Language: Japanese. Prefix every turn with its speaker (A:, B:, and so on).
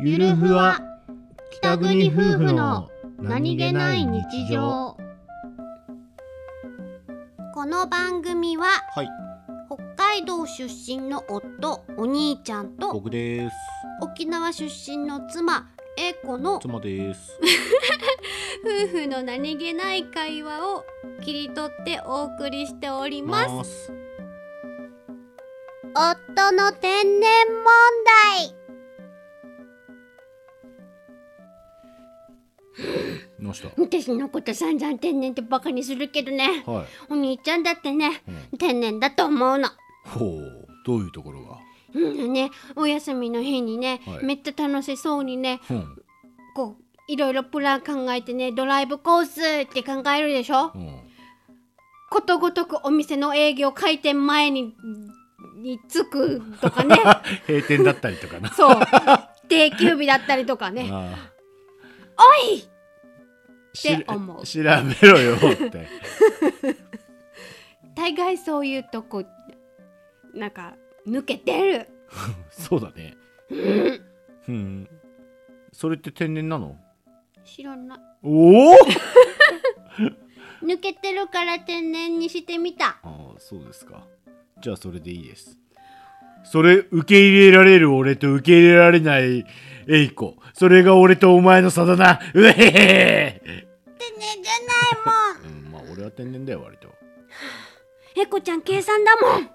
A: ゆるふわ北国夫婦の
B: この番組は
A: はい
B: 北海道出身の夫お兄ちゃんと
A: 僕です
B: 沖縄出身の妻英子の夫
A: 妻です
B: 婦の何気ない会話を切り取ってお送りしております
A: す
B: 夫の天然問題
A: どうした
B: 私のこと散々天然ってバカにするけどね
A: はい、
B: お兄ちゃんだってね
A: うん
B: 天然だと思うの
A: ほうどういうところが
B: うんねお休みの日にね、
A: はい
B: めっちゃ楽しそうにね
A: うん
B: こういろいろプラン考えてねドライブコースって考えるでしょ
A: うん
B: ことごとくお店の営業開店前にに着くとか ね
A: 閉店だったりとか な
B: そう定休日だったりとかね
A: ああ
B: おい
A: し
B: って思う
A: 調べろよって
B: 大概そういうとこなんか抜けてる
A: そうだねうんそれって天然なの
B: 知らない
A: おお
B: 抜けてるから天然にしてみた
A: ああそうですかじゃあそれでいいですそれ受け入れられる俺と受け入れられないエイコそれが俺とお前の差だなうえへへ
B: 天然じゃ
A: うんま
B: ないもん
A: あ俺は天然だよ割と
B: エコちゃん計算だもん